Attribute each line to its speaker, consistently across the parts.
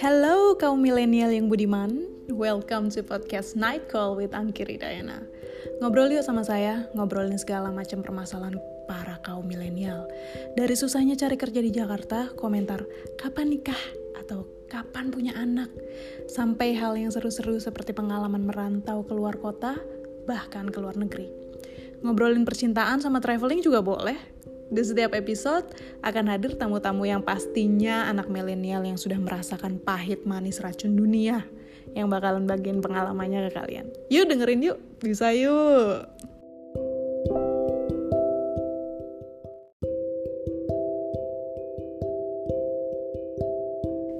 Speaker 1: Hello kaum milenial yang budiman, welcome to podcast Night Call with Angkiri Dayana. Ngobrol yuk sama saya, ngobrolin segala macam permasalahan para kaum milenial. Dari susahnya cari kerja di Jakarta, komentar kapan nikah atau kapan punya anak, sampai hal yang seru-seru seperti pengalaman merantau keluar kota, bahkan ke luar negeri. Ngobrolin percintaan sama traveling juga boleh, di setiap episode akan hadir tamu-tamu yang pastinya anak milenial yang sudah merasakan pahit manis racun dunia yang bakalan bagiin pengalamannya ke kalian. Yuk dengerin yuk, bisa yuk.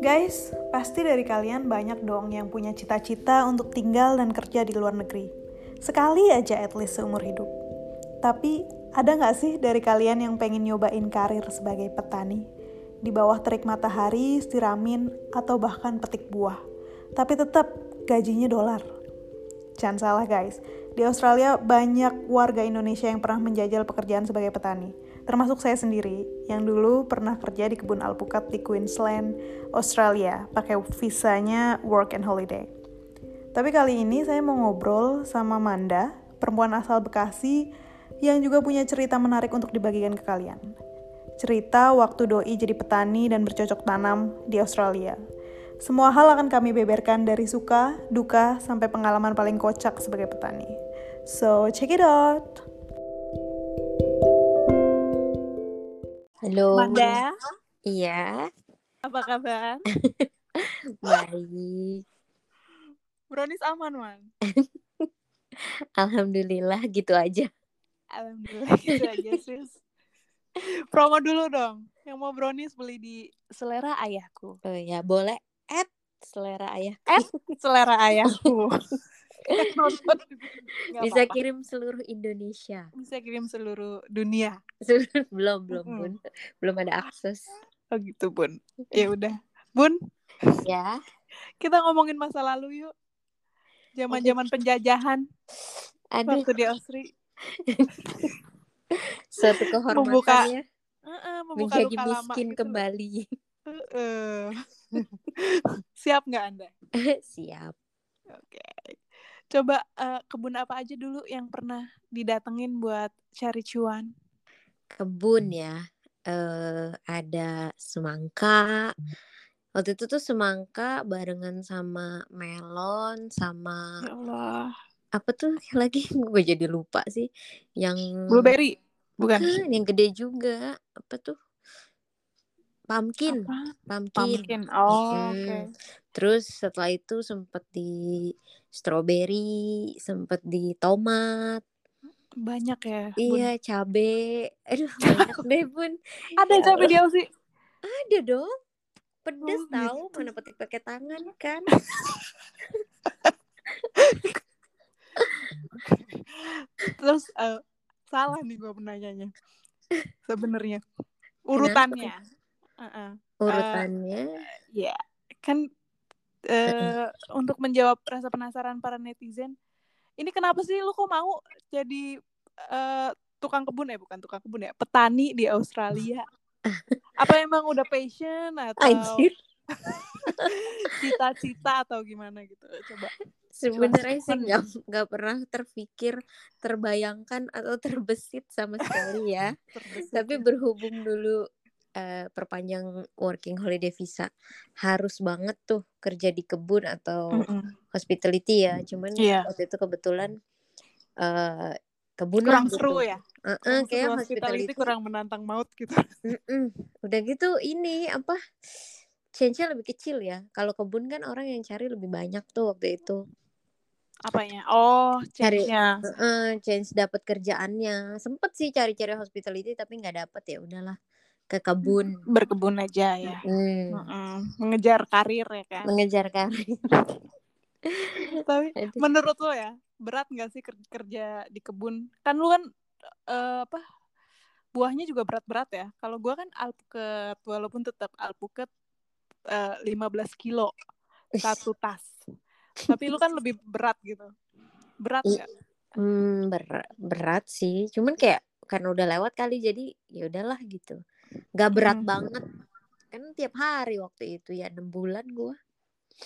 Speaker 1: Guys, pasti dari kalian banyak dong yang punya cita-cita untuk tinggal dan kerja di luar negeri. Sekali aja at least seumur hidup. Tapi ada nggak sih dari kalian yang pengen nyobain karir sebagai petani? Di bawah terik matahari, siramin, atau bahkan petik buah. Tapi tetap gajinya dolar. Jangan salah guys, di Australia banyak warga Indonesia yang pernah menjajal pekerjaan sebagai petani. Termasuk saya sendiri, yang dulu pernah kerja di kebun alpukat di Queensland, Australia, pakai visanya work and holiday. Tapi kali ini saya mau ngobrol sama Manda, perempuan asal Bekasi yang juga punya cerita menarik untuk dibagikan ke kalian. Cerita waktu doi jadi petani dan bercocok tanam di Australia. Semua hal akan kami beberkan dari suka, duka, sampai pengalaman paling kocak sebagai petani. So, check it out!
Speaker 2: Halo.
Speaker 1: Manda,
Speaker 2: Iya,
Speaker 1: apa kabar?
Speaker 2: baik.
Speaker 1: Brownies aman, Man?
Speaker 2: Alhamdulillah gitu aja.
Speaker 1: Alhamdulillah, gitu aja, sis. Promo dulu dong. Yang mau brownies beli di selera ayahku.
Speaker 2: Oh ya, boleh add selera ayah.
Speaker 1: selera ayahku.
Speaker 2: Bisa kirim seluruh Indonesia.
Speaker 1: bisa kirim seluruh dunia.
Speaker 2: Seluruh- belum, belum,
Speaker 1: Mm-mm.
Speaker 2: Bun. Belum ada akses.
Speaker 1: Oh gitu bun. Ya udah. Bun,
Speaker 2: Ya.
Speaker 1: kita ngomongin masa lalu yuk. Zaman-zaman penjajahan
Speaker 2: Aduh,
Speaker 1: waktu di Austria.
Speaker 2: suatu kehormatan
Speaker 1: Membuka-
Speaker 2: ya.
Speaker 1: Heeh, membuka
Speaker 2: menjadi
Speaker 1: luka lama
Speaker 2: miskin
Speaker 1: gitu loh.
Speaker 2: kembali.
Speaker 1: Heeh. Siap nggak Anda?
Speaker 2: Siap.
Speaker 1: Oke. Coba eh, kebun apa aja dulu yang pernah didatengin buat cari cuan?
Speaker 2: Kebun ya. Eh ada semangka. Waktu itu tuh semangka barengan sama melon sama
Speaker 1: Ya Allah.
Speaker 2: apa tuh lagi gue jadi lupa sih yang
Speaker 1: Blueberry? Bukan.
Speaker 2: Bukan, yang gede juga apa tuh pumpkin
Speaker 1: Apa?
Speaker 2: pumpkin,
Speaker 1: Pumpkin. Oh, oke.
Speaker 2: Mm-mm. terus setelah itu sempet di strawberry sempet di tomat
Speaker 1: Banyak ya. Bun.
Speaker 2: iya cabe aduh banyak deh bun
Speaker 1: Ada
Speaker 2: Ya
Speaker 1: cabai di Aussie?
Speaker 2: ada dong pedes
Speaker 1: Oh,
Speaker 2: tahu mana petik pakai tangan kan
Speaker 1: Terus eh, salah nih gue menanyanya. Sebenarnya urutannya. Heeh.
Speaker 2: urutannya
Speaker 1: Ya, kan eh, untuk menjawab rasa penasaran para netizen, ini kenapa sih lu kok mau jadi eh, tukang kebun ya, bukan tukang kebun ya, petani di Australia? Apa emang udah passion atau
Speaker 2: anjir
Speaker 1: cita-cita atau gimana gitu? Coba.
Speaker 2: Sebenarnya sih
Speaker 1: Cuman-
Speaker 2: nggak nggak pernah terpikir, terbayangkan atau terbesit sama sekali ya.
Speaker 1: terbesit.
Speaker 2: Tapi berhubung dulu eh, perpanjang working holiday visa, harus banget tuh kerja di kebun atau
Speaker 1: Mm-mm.
Speaker 2: hospitality ya. Cuman
Speaker 1: Mm. Iya.
Speaker 2: waktu itu kebetulan eh kebun lah
Speaker 1: kurang
Speaker 2: gitu.
Speaker 1: seru ya.
Speaker 2: Eh,
Speaker 1: Kurang
Speaker 2: eh,
Speaker 1: seru,
Speaker 2: kayak
Speaker 1: hospitality
Speaker 2: hospitality.
Speaker 1: kurang menantang maut gitu.
Speaker 2: Mm-mm. Udah gitu ini apa? Change-nya lebih kecil ya. Kalau kebun kan orang yang cari lebih banyak tuh waktu itu.
Speaker 1: Apanya? Oh,
Speaker 2: Cari-
Speaker 1: change-nya.
Speaker 2: Heeh, Eh, chance dapat kerjaannya sempet sih cari-cari hospitality tapi nggak dapet ya udahlah ke kebun
Speaker 1: Berkebun aja ya.
Speaker 2: Hmm,
Speaker 1: Mm-mm. Mengejar karir ya kan.
Speaker 2: mengejar karir
Speaker 1: Tapi
Speaker 2: Aduh.
Speaker 1: menurut lo ya, berat nggak sih ker- kerja di kebun? Kan lu kan eh, apa? Buahnya juga berat-berat ya. Kalau gua kan alpukat walaupun tetap alpukat eh, 15 kilo satu tas. Tapi lu kan lebih berat gitu. Berat
Speaker 2: I-
Speaker 1: nggak?
Speaker 2: Hmm, ber- berat sih cuman kayak karena udah lewat kali jadi ya udahlah gitu nggak berat
Speaker 1: Hmm.
Speaker 2: banget kan tiap hari waktu itu ya enam bulan gua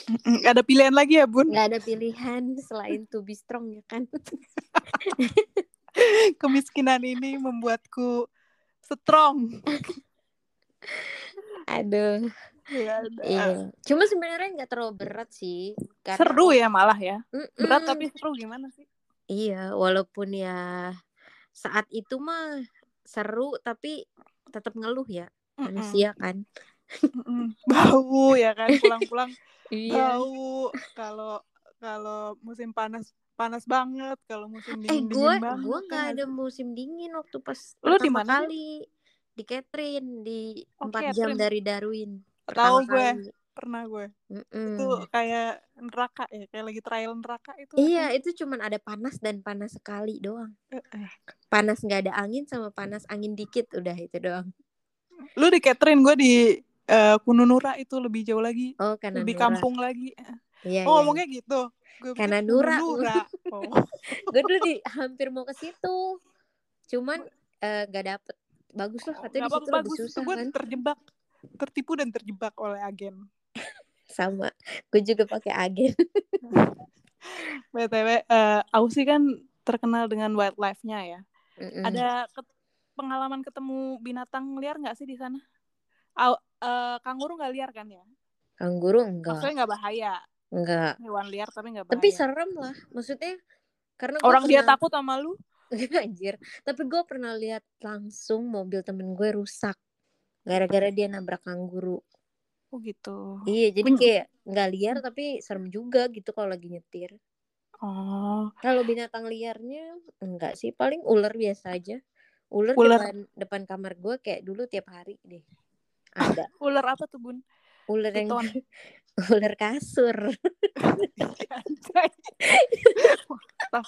Speaker 1: Mm-mm, Ada pilihan lagi ya bun?
Speaker 2: nggak ada pilihan selain to be strong ya kan
Speaker 1: Kemiskinan ini membuatku strong.
Speaker 2: aduh
Speaker 1: Ya, udah.
Speaker 2: iya cuma sebenarnya nggak terlalu berat sih karena-
Speaker 1: Seru ya malah ya.
Speaker 2: Mm-mm.
Speaker 1: Berat tapi seru gimana sih?
Speaker 2: Iya, walaupun ya saat itu mah seru tapi tetap ngeluh ya
Speaker 1: Mm-mm,
Speaker 2: manusia kan.
Speaker 1: mm-mm. Bau ya kan pulang-pulang
Speaker 2: Iya.
Speaker 1: bau. Kalau kalau musim panas panas banget, kalau musim
Speaker 2: Eh
Speaker 1: dingin
Speaker 2: gue
Speaker 1: dingin banget.
Speaker 2: gue nggak
Speaker 1: kan
Speaker 2: ada musim dingin waktu pas
Speaker 1: Lu di
Speaker 2: pertama
Speaker 1: mana?
Speaker 2: kali di Catherine di
Speaker 1: Oh,
Speaker 2: empat jam
Speaker 1: Catherine.
Speaker 2: dari Darwin.
Speaker 1: Tahu
Speaker 2: Pertama
Speaker 1: gue,
Speaker 2: kali.
Speaker 1: pernah gue.
Speaker 2: Mm-mm.
Speaker 1: Itu kayak neraka ya, kayak lagi trial neraka itu.
Speaker 2: Iya itu cuman ada panas dan panas sekali doang.
Speaker 1: Eh,
Speaker 2: Panas nggak ada angin sama panas angin dikit udah itu doang.
Speaker 1: Lu di Catherine, gue di eh, Kununura itu lebih jauh lagi,
Speaker 2: Oh karena
Speaker 1: lebih
Speaker 2: Nura.
Speaker 1: kampung lagi.
Speaker 2: Iya,
Speaker 1: Oh
Speaker 2: iya.
Speaker 1: ngomongnya gitu. Gue pikir
Speaker 2: Karena Nura.
Speaker 1: Kununura. Oh.
Speaker 2: gue dulu di, hampir mau ke situ cuman eh, nggak dapet bagus lah
Speaker 1: Oh,
Speaker 2: katanya di
Speaker 1: Nggak
Speaker 2: situ lebih
Speaker 1: bagus,
Speaker 2: susah
Speaker 1: gue
Speaker 2: kan
Speaker 1: terjebak, tertipu dan terjebak oleh agen.
Speaker 2: sama gue juga pakai agen
Speaker 1: btw, eh, Aussie kan terkenal dengan wildlife-nya ya.
Speaker 2: Mm-mm.
Speaker 1: Ada ket- pengalaman ketemu binatang liar nggak sih di sana? Au- eh, kanguru nggak liar kan ya?
Speaker 2: kangguru enggak
Speaker 1: Maksudnya nggak bahaya,
Speaker 2: enggak
Speaker 1: hewan liar tapi nggak bahaya.
Speaker 2: tapi serem lah maksudnya karena gua
Speaker 1: Orang dia
Speaker 2: pernah-
Speaker 1: takut sama lu?
Speaker 2: anjir tapi gue pernah lihat langsung mobil temen gue rusak gara-gara dia nabrak kangguru
Speaker 1: Oh gitu.
Speaker 2: iya jadi
Speaker 1: Kun-
Speaker 2: kayak nggak liar tapi serem juga gitu kalau lagi nyetir
Speaker 1: Oh,
Speaker 2: Kalau binatang liarnya enggak sih, paling ular biasa aja. Ular,
Speaker 1: Ular.
Speaker 2: depan depan kamar gue kayak dulu tiap hari deh. Ada
Speaker 1: ular apa tuh bun?
Speaker 2: ular yang
Speaker 1: Piton.
Speaker 2: ular kasur.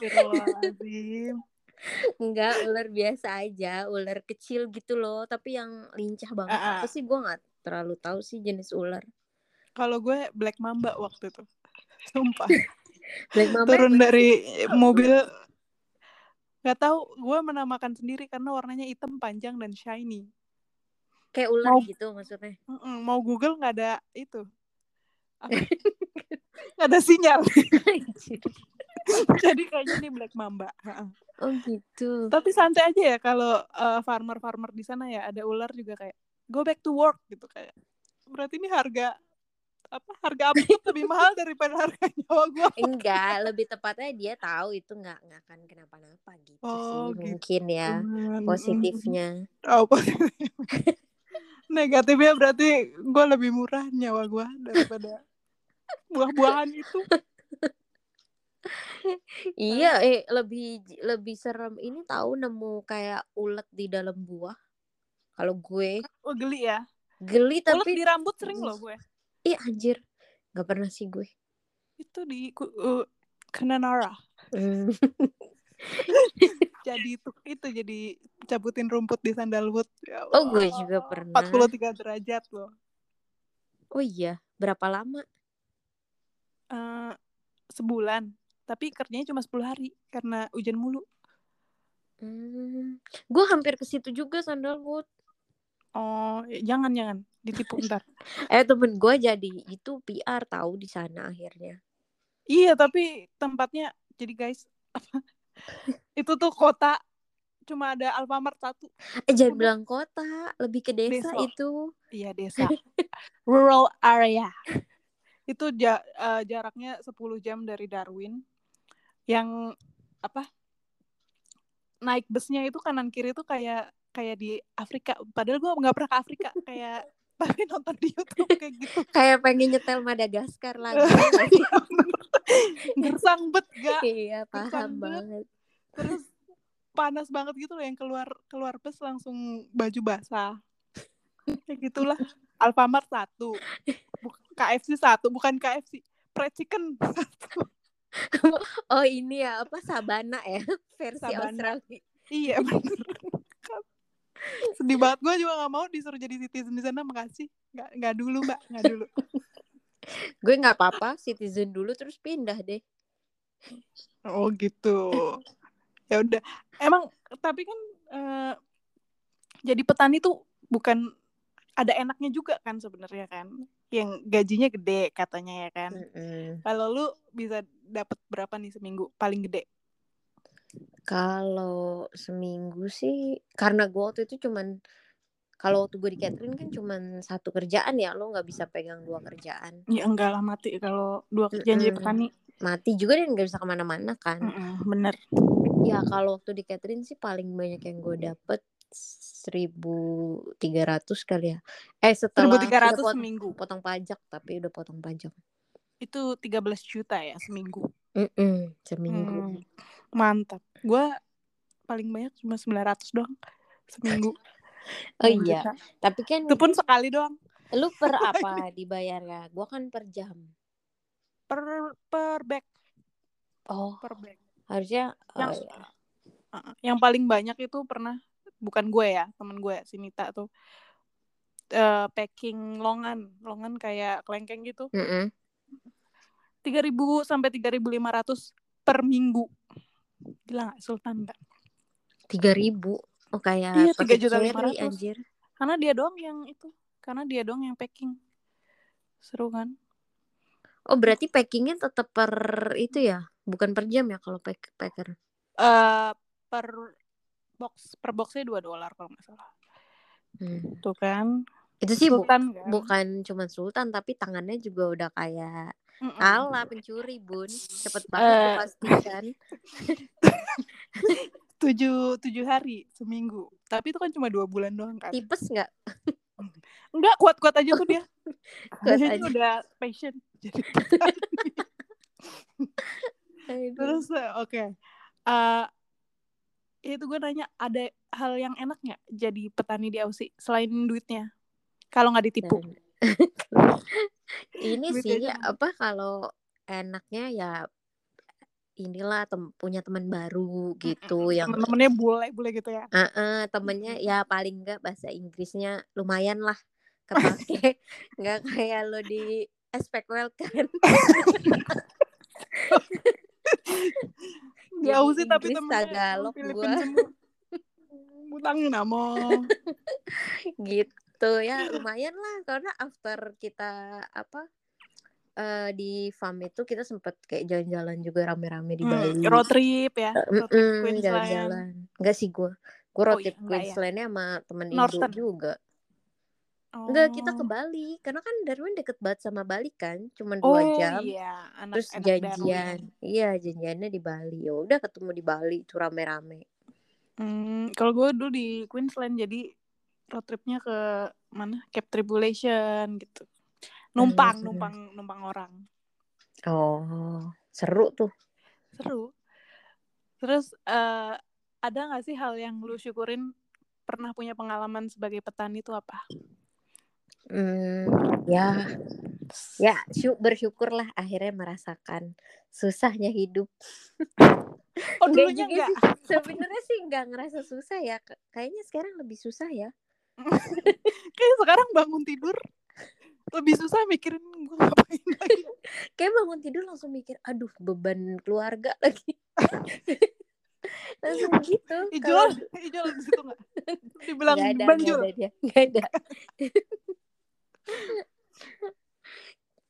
Speaker 1: Astagfirullahaladzim.
Speaker 2: Enggak, ular biasa aja, ular kecil gitu loh, tapi yang lincah banget.
Speaker 1: Ah, ah.
Speaker 2: Apa sih gue nggak terlalu tahu sih jenis ular.
Speaker 1: Kalau gue black mamba waktu itu. Sumpah.
Speaker 2: Black mamba
Speaker 1: Turun
Speaker 2: emang-
Speaker 1: dari mobil nggak tahu gue menamakan sendiri karena warnanya hitam panjang dan shiny.
Speaker 2: kayak ular
Speaker 1: mau-
Speaker 2: gitu maksudnya.
Speaker 1: Mm-mm, mau Google nggak ada itu. Apa? Nggak ada sinyal.
Speaker 2: Anjir.
Speaker 1: Jadi kayaknya ini black mamba. Ha-ha.
Speaker 2: oh gitu.
Speaker 1: Tapi santai aja ya kalau eh, farmer-farmer di sana ya ada ular juga kayak go back to work gitu kayak. Berarti ini harga apa harga upload lebih mahal daripada harga nyawa gue.
Speaker 2: Iya, Enggak, lebih tepatnya dia tahu itu nggak nggak akan kenapa-napa gitu
Speaker 1: Oh, gitu.
Speaker 2: sih
Speaker 1: hmm.
Speaker 2: mungkin ya.
Speaker 1: Cuman,
Speaker 2: positifnya
Speaker 1: mm, Oh, positif. Negatifnya berarti gue lebih murah nyawa gue daripada buah-buahan itu.
Speaker 2: iya eh lebih lebih serem ini tahu nemu kayak ulet di dalam buah kalau gue
Speaker 1: Oh geli ya.
Speaker 2: geli
Speaker 1: Ulet
Speaker 2: tapi
Speaker 1: di rambut sering loh gue.
Speaker 2: ih anjir nggak pernah sih gue
Speaker 1: Itu di ku- uh, Kenanara.
Speaker 2: Hmm,
Speaker 1: Jadi itu, itu jadi cabutin rumput di sandalwood. Ya
Speaker 2: oh gue
Speaker 1: Allah.
Speaker 2: juga pernah
Speaker 1: 43 derajat loh.
Speaker 2: oh iya berapa lama
Speaker 1: Eh, sebulan. Tapi kerjanya cuma 10 hari karena hujan mulu.
Speaker 2: Hmm, gue hampir ke situ juga sandalwood
Speaker 1: Oh, jangan jangan ditipu ntar.
Speaker 2: eh temen gue jadi itu PR tahu di sana akhirnya
Speaker 1: Iya, tapi tempatnya jadi guys apa? Itu tuh kota cuma ada Alfamart satu.
Speaker 2: eh jangan bilang kota lebih ke
Speaker 1: Desa.
Speaker 2: desa itu
Speaker 1: Iya, desa. Rural area. Itu ja- eh, jaraknya 10 jam dari Darwin. Yang apa? Naik busnya itu kanan kiri tuh kayak kayak di Afrika. Padahal gua nggak pernah ke Afrika, kayak tapi nonton di YouTube kayak gitu.
Speaker 2: kayak pengen nyetel Madagaskar lagi
Speaker 1: Gersang bet gak?
Speaker 2: iya
Speaker 1: Kencang
Speaker 2: paham
Speaker 1: banget.
Speaker 2: banget
Speaker 1: terus panas banget gitu loh yang keluar keluar bus langsung baju basah kayak gitulah Alfamart satu Buk- KFC satu bukan KFC fried chicken satu
Speaker 2: Oh ini ya apa Sabana ya versi
Speaker 1: Sabana.
Speaker 2: Australia.
Speaker 1: iya bener sedih banget gue juga nggak mau disuruh jadi citizen di sana makasih nggak nggak dulu mbak nggak dulu
Speaker 2: Gue nggak apa-apa citizen dulu terus pindah deh.
Speaker 1: oh gitu ya udah emang tapi kan eh, jadi petani tuh bukan ada enaknya juga kan sebenarnya kan yang gajinya gede katanya ya kan
Speaker 2: Mm-mm.
Speaker 1: kalau lu bisa dapat berapa nih seminggu paling gede
Speaker 2: Kalau seminggu sih, karena gue waktu itu cuman kalau waktu gue di catering kan cuman satu kerjaan ya, lo nggak bisa pegang dua kerjaan.
Speaker 1: ya enggak lah mati kalau dua kerjaan jadi
Speaker 2: Mm-mm.
Speaker 1: petani
Speaker 2: Mati juga dan nggak bisa kemana-mana kan.
Speaker 1: Mm-mm, bener
Speaker 2: Ya kalau waktu di catering sih paling banyak yang gue dapet 1.300 kali ya. Eh
Speaker 1: 1300
Speaker 2: setelah udah pot-
Speaker 1: seminggu
Speaker 2: potong pajak tapi udah potong pajak.
Speaker 1: itu 13 juta ya seminggu
Speaker 2: Mm-mm, seminggu.
Speaker 1: Hmm, mantap gua paling banyak cuma 900 doang seminggu
Speaker 2: Oh
Speaker 1: 6
Speaker 2: iya,
Speaker 1: juta.
Speaker 2: tapi kan
Speaker 1: itu pun sekali doang
Speaker 2: lu per apa dibayar ya? Gue kan per jam.
Speaker 1: per per bag
Speaker 2: Oh
Speaker 1: per bag
Speaker 2: harusnya
Speaker 1: yang
Speaker 2: oh,
Speaker 1: Uh, yang paling banyak itu pernah bukan gue ya temen gue si Nita tuh eh, packing longan longan kayak kelengkeng gitu
Speaker 2: Mm-mm.
Speaker 1: 3000 sampai 3500 per minggu gila nggak Sultan nggak?
Speaker 2: tiga ribu oh kayak
Speaker 1: Iya,
Speaker 2: pakai
Speaker 1: 3.500.
Speaker 2: cherry, anjir
Speaker 1: karena dia doang yang itu karena dia doang yang packing seru kan
Speaker 2: oh berarti packingnya tetap per itu ya bukan per jam ya kalau pack packer
Speaker 1: Eh, per box per boxnya 2 dolar kalau nggak salah
Speaker 2: Hmm.
Speaker 1: tuh kan
Speaker 2: itu sih bu-
Speaker 1: Sultan kan
Speaker 2: bukan cuman sultan tapi tangannya juga udah kayak
Speaker 1: Mm-mm.
Speaker 2: ala pencuri bun cepet
Speaker 1: Hmm. Eh.
Speaker 2: banget uh. pastikan
Speaker 1: tujuh tujuh hari seminggu tapi itu kan cuma dua bulan doang kan
Speaker 2: tipes nggak
Speaker 1: Enggak, kuat-kuat aja tuh dia.
Speaker 2: Kuat
Speaker 1: Dia
Speaker 2: aja.
Speaker 1: tuh udah passion. Jadi,
Speaker 2: Aduh.
Speaker 1: terus eh, oke. Eh, itu gue nanya, ada hal yang enak nggak jadi petani di Aussie selain duitnya? Kalau nggak ditipu.
Speaker 2: Dan- ini
Speaker 1: Duit
Speaker 2: sih
Speaker 1: aja.
Speaker 2: apa kalau enaknya ya inilah tem- punya teman baru gitu yang
Speaker 1: Temen-temennya boleh-boleh gitu ya.
Speaker 2: Ah, ah, temennya ya paling enggak bahasa Inggrisnya lumayan lah kepake nggak kayak lo di SPKL kan
Speaker 1: Di
Speaker 2: Jadi
Speaker 1: Aussie tapi
Speaker 2: Inggris
Speaker 1: temennya
Speaker 2: Tagalog
Speaker 1: Filipin
Speaker 2: gua.
Speaker 1: semua. Butangin namo.
Speaker 2: gitu ya lumayan lah karena after kita apa eh, di farm itu kita sempet kayak jalan-jalan juga rame-rame di Bali
Speaker 1: Hmm, road trip ya. Road trip
Speaker 2: Mm-mm,
Speaker 1: Queensland.
Speaker 2: jalan-jalan enggak sih gua gua
Speaker 1: Oh
Speaker 2: road
Speaker 1: iya,
Speaker 2: trip
Speaker 1: enggak ya.
Speaker 2: Queenslandnya sama temen
Speaker 1: Northern.
Speaker 2: Indo juga
Speaker 1: Oh.
Speaker 2: enggak kita ke Bali karena kan Darwin deket banget sama Bali kan cuman
Speaker 1: Oh
Speaker 2: dua jam
Speaker 1: iya, anak,
Speaker 2: terus
Speaker 1: anak
Speaker 2: janjian
Speaker 1: Darwin.
Speaker 2: iya janjiannya di Bali ya udah ketemu di Bali itu rame-rame
Speaker 1: Hmm, kalau gue dulu di Queensland jadi road tripnya ke mana? Cape Tribulation gitu. Numpang,
Speaker 2: Hmm.
Speaker 1: numpang, numpang orang.
Speaker 2: oh seru tuh
Speaker 1: Seru. Terus eh, ada nggak sih hal yang lu syukurin pernah punya pengalaman sebagai petani itu apa?
Speaker 2: Hmm, ya ya syu- bersyukurlah akhirnya merasakan susahnya hidup
Speaker 1: Oh
Speaker 2: Nggak
Speaker 1: dulunya
Speaker 2: juga
Speaker 1: enggak.
Speaker 2: sih. sebenarnya sih nggak ngerasa susah ya K- kayaknya sekarang lebih susah ya
Speaker 1: Kayak sekarang bangun tidur lebih susah mikirin gue ngapain lagi.
Speaker 2: kayak bangun tidur langsung mikir aduh beban keluarga lagi langsung gitu
Speaker 1: Ijol,
Speaker 2: Kalau-
Speaker 1: ijol di situ nggak? Dibilang
Speaker 2: Nggak ada,
Speaker 1: Bang
Speaker 2: nggak
Speaker 1: Jul.
Speaker 2: ada dia. Nggak ada.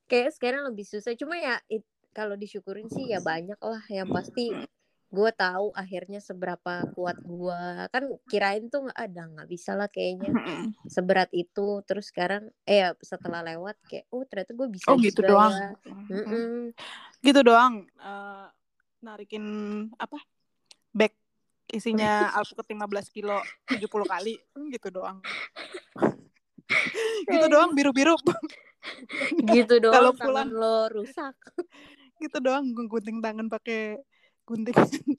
Speaker 2: Kayak sekarang lebih susah. Cuma ya it- kalau disyukurin sih ya banyak lah. Yang pasti gue tahu akhirnya seberapa kuat gue. Kan kirain tuh nggak ada, nggak bisa lah kayaknya seberat itu. Terus sekarang eh setelah lewat kayak, oh ternyata gue bisa.
Speaker 1: Oh gitu
Speaker 2: juga
Speaker 1: doang.
Speaker 2: ya. Mm-mm.
Speaker 1: gitu doang eh, narikin apa bag isinya alpukat 15 kilo 70 kali Hmm, gitu doang gitu doang biru-biru
Speaker 2: Gitu
Speaker 1: Kalau
Speaker 2: doang
Speaker 1: pulang.
Speaker 2: tangan lo rusak.
Speaker 1: gitu doang gue gunting tangan pakai gunting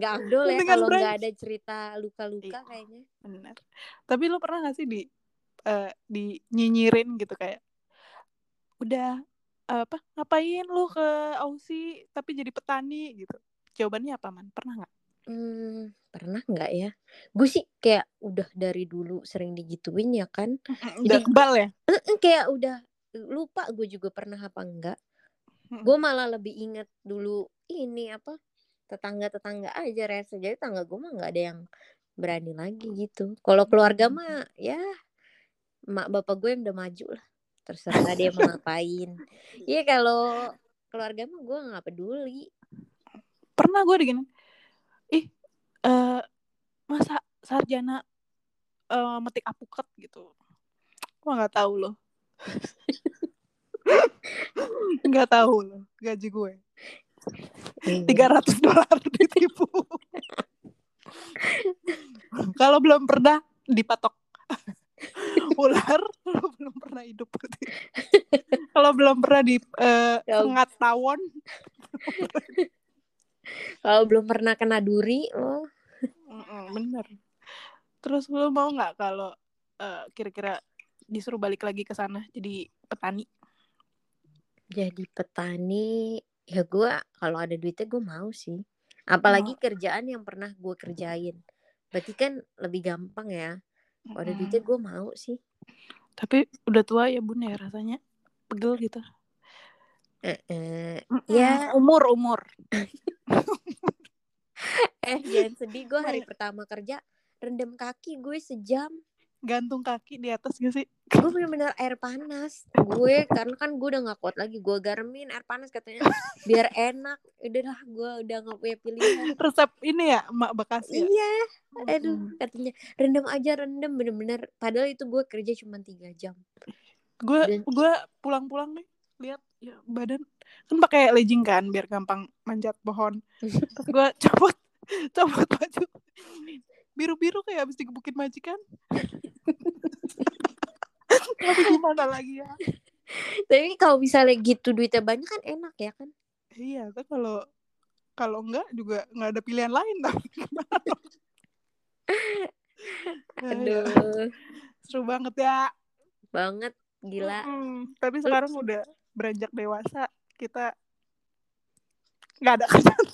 Speaker 2: Gak abdol ya
Speaker 1: Mendingan
Speaker 2: kalau
Speaker 1: brunch.
Speaker 2: nggak ada cerita luka-luka
Speaker 1: Iya.
Speaker 2: kayaknya.
Speaker 1: benar tapi lu pernah gak sih di eh, di nyinyirin gitu kayak udah apa ngapain lu ke Aussie tapi jadi petani gitu jawabannya apa man pernah nggak
Speaker 2: Hmm, pernah nggak ya? Gue sih kayak udah dari dulu sering digituin ya kan.
Speaker 1: udah
Speaker 2: Jadi-
Speaker 1: kebal ya
Speaker 2: Eh, Kayak udah lupa gue juga pernah apa enggak.
Speaker 1: Mm.
Speaker 2: Gue malah lebih inget dulu ini apa tetangga-tetangga aja rese. Jadi tangga gue mah nggak ada yang berani lagi gitu. Kalau keluarga mah ya mak bapak gue yang udah maju lah terserah dia mau ngapain iya kalau keluarga mah gue nggak peduli
Speaker 1: pernah gue digini ih eh masa sarjana eh, metik apukat gitu Wah nggak tahu loh nggak tahu loh gaji gue tiga ratus dolar ditipu kalau belum pernah dipatok ular kalau belum pernah hidup kalau belum pernah di eh,
Speaker 2: Ya.
Speaker 1: sengat tawon
Speaker 2: kalau belum pernah kena duri lo
Speaker 1: Mm-mm, bener. Terus lu mau nggak kalau eh, kira-kira disuruh balik lagi ke sana jadi petani?
Speaker 2: jadi petani ya gue kalau ada duitnya gue mau sih apalagi kerjaan yang pernah gue kerjain berarti kan lebih gampang ya kalau ada
Speaker 1: Mm-mm.
Speaker 2: duitnya gue mau sih
Speaker 1: Tapi udah tua ya bun ya rasanya pegel gitu.
Speaker 2: Eh, eh,
Speaker 1: Mm-mm.
Speaker 2: Ya.
Speaker 1: umur umur.
Speaker 2: eh jangan sedih gue hari pertama kerja rendam kaki gue sejam
Speaker 1: Gantung kaki di atas gak sih?
Speaker 2: gue bener-bener air panas gue karena kan gue udah gak kuat lagi gue garmin air panas katanya biar enak udahlah gue udah gak punya pilihan
Speaker 1: Resep ini ya Mak Bekasi. ya?
Speaker 2: iya aduh
Speaker 1: Mm-mm.
Speaker 2: katanya rendam aja rendam bener-bener padahal itu gue kerja cuma tiga jam
Speaker 1: Gue
Speaker 2: Dan-
Speaker 1: gue pulang-pulang nih lihat ya badan kan pakai legging kan biar gampang manjat pohon. Terus gue copot copot baju biru-biru kayak habis digebukin majikan. Tapi gimana lagi ya?
Speaker 2: tapi kalau misalnya gitu duitnya banyak kan enak ya kan
Speaker 1: Iya, kan kalau kalau enggak juga nggak ada pilihan lain tapi gimana? dong? Ya, ya.
Speaker 2: aduh
Speaker 1: seru banget ya.
Speaker 2: banget gila
Speaker 1: Mm-mm. Tapi sekarang udah beranjak dewasa, kita nggak ada kerjaan.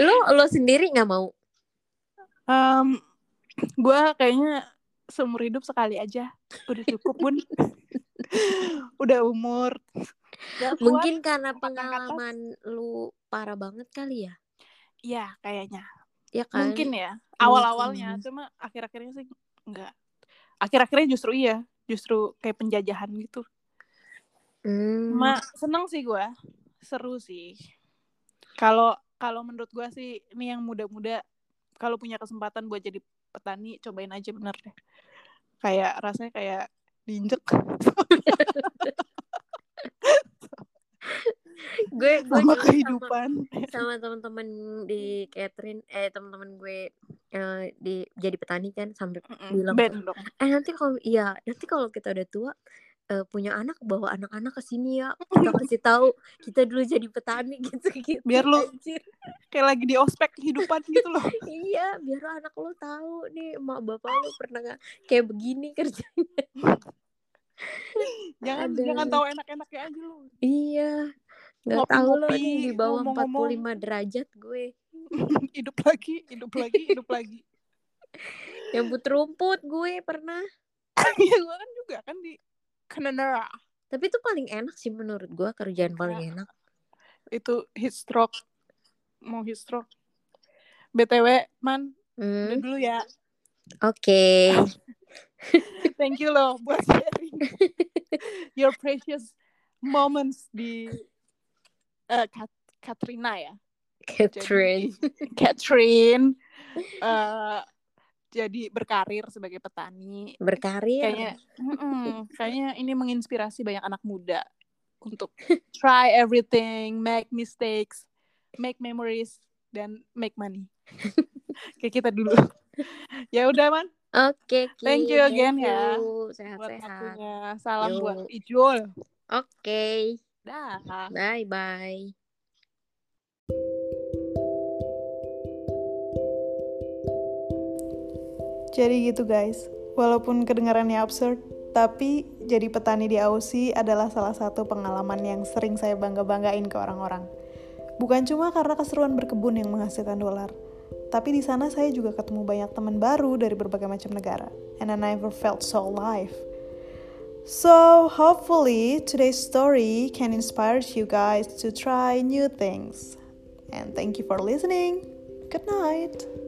Speaker 2: lo lo sendiri nggak mau
Speaker 1: Em, gua kayaknya seumur hidup sekali aja udah cukup bun. udah umur. Nggak kuat.
Speaker 2: mungkin karena
Speaker 1: angkat atas.
Speaker 2: pengalaman lu parah banget kali ya
Speaker 1: ya kayaknya.
Speaker 2: ya kan
Speaker 1: Mungkin ya. Awal-awalnya
Speaker 2: Mungkin.
Speaker 1: cuma akhir-akhirnya sih enggak. Akhir-akhirnya justru iya, justru kayak penjajahan gitu.
Speaker 2: Hmm.
Speaker 1: Ma, seneng sih gua. Seru sih. Kalau kalau menurut gua sih ini yang muda-muda kalau punya kesempatan buat jadi petani cobain aja bener deh. Kayak rasanya kayak diinjek.
Speaker 2: gue gue
Speaker 1: sama
Speaker 2: dulu
Speaker 1: kehidupan.
Speaker 2: sama teman-teman di Catherine eh teman-teman gue eh, di jadi petani kan sampai bilang
Speaker 1: Ben dong.
Speaker 2: eh nanti kalau iya nanti kalau kita udah tua eh, punya anak bawa anak-anak ke sini ya kita kasih tahu kita dulu jadi petani gitu gitu
Speaker 1: Biar lu-
Speaker 2: Anjir.
Speaker 1: Kayak lagi di ospek kehidupan gitu loh.
Speaker 2: iya biar anak lu tahu nih emak bapak lu pernah nggak kayak begini kerja
Speaker 1: Jangan
Speaker 2: Ada.
Speaker 1: jangan tahu enak-enaknya aja lu.
Speaker 2: iya nggak
Speaker 1: Ngopi-ngopi,
Speaker 2: tahu lo ini di bawah
Speaker 1: ngomong-ngomong.
Speaker 2: 45 derajat gue
Speaker 1: hidup lagi, hidup lagi, hidup lagi.
Speaker 2: nyambut rumput gue pernah
Speaker 1: Iya, gua kan juga kan di Canada.
Speaker 2: tapi itu paling enak sih menurut gue kerjaan paling enak
Speaker 1: Itu heat stroke. Mau heat stroke. BTW, man, udah
Speaker 2: Hmm,
Speaker 1: dulu ya.
Speaker 2: Oke,
Speaker 1: Thank you loh buat sharing your precious moments di eh, Kat- Katrina ya.
Speaker 2: Catherine.
Speaker 1: Catherine eh, jadi berkarir sebagai petani.
Speaker 2: Berkarir.
Speaker 1: Kayaknya Mm-mm. kayaknya ini menginspirasi banyak anak muda untuk try everything, make mistakes, make memories dan make money. Kayak kita dulu. ya udah man,
Speaker 2: Oke, Ki.
Speaker 1: Thank you again ya.
Speaker 2: you.
Speaker 1: buat
Speaker 2: Sehat-sehat. Oke,
Speaker 1: waktunya. Salam
Speaker 2: Yo.
Speaker 1: buat Ijul. Dah.
Speaker 2: bye-bye.
Speaker 3: Jadi gitu guys, walaupun kedengarannya absurd, tapi jadi petani di Aussie adalah salah satu pengalaman yang sering saya bangga-banggain ke orang-orang. Bukan cuma karena keseruan berkebun yang menghasilkan dolar, tapi di sana saya juga ketemu banyak teman baru dari berbagai macam negara. And I never felt so alive. So hopefully today's story can inspire you guys to try new things. And thank you for listening. Good night.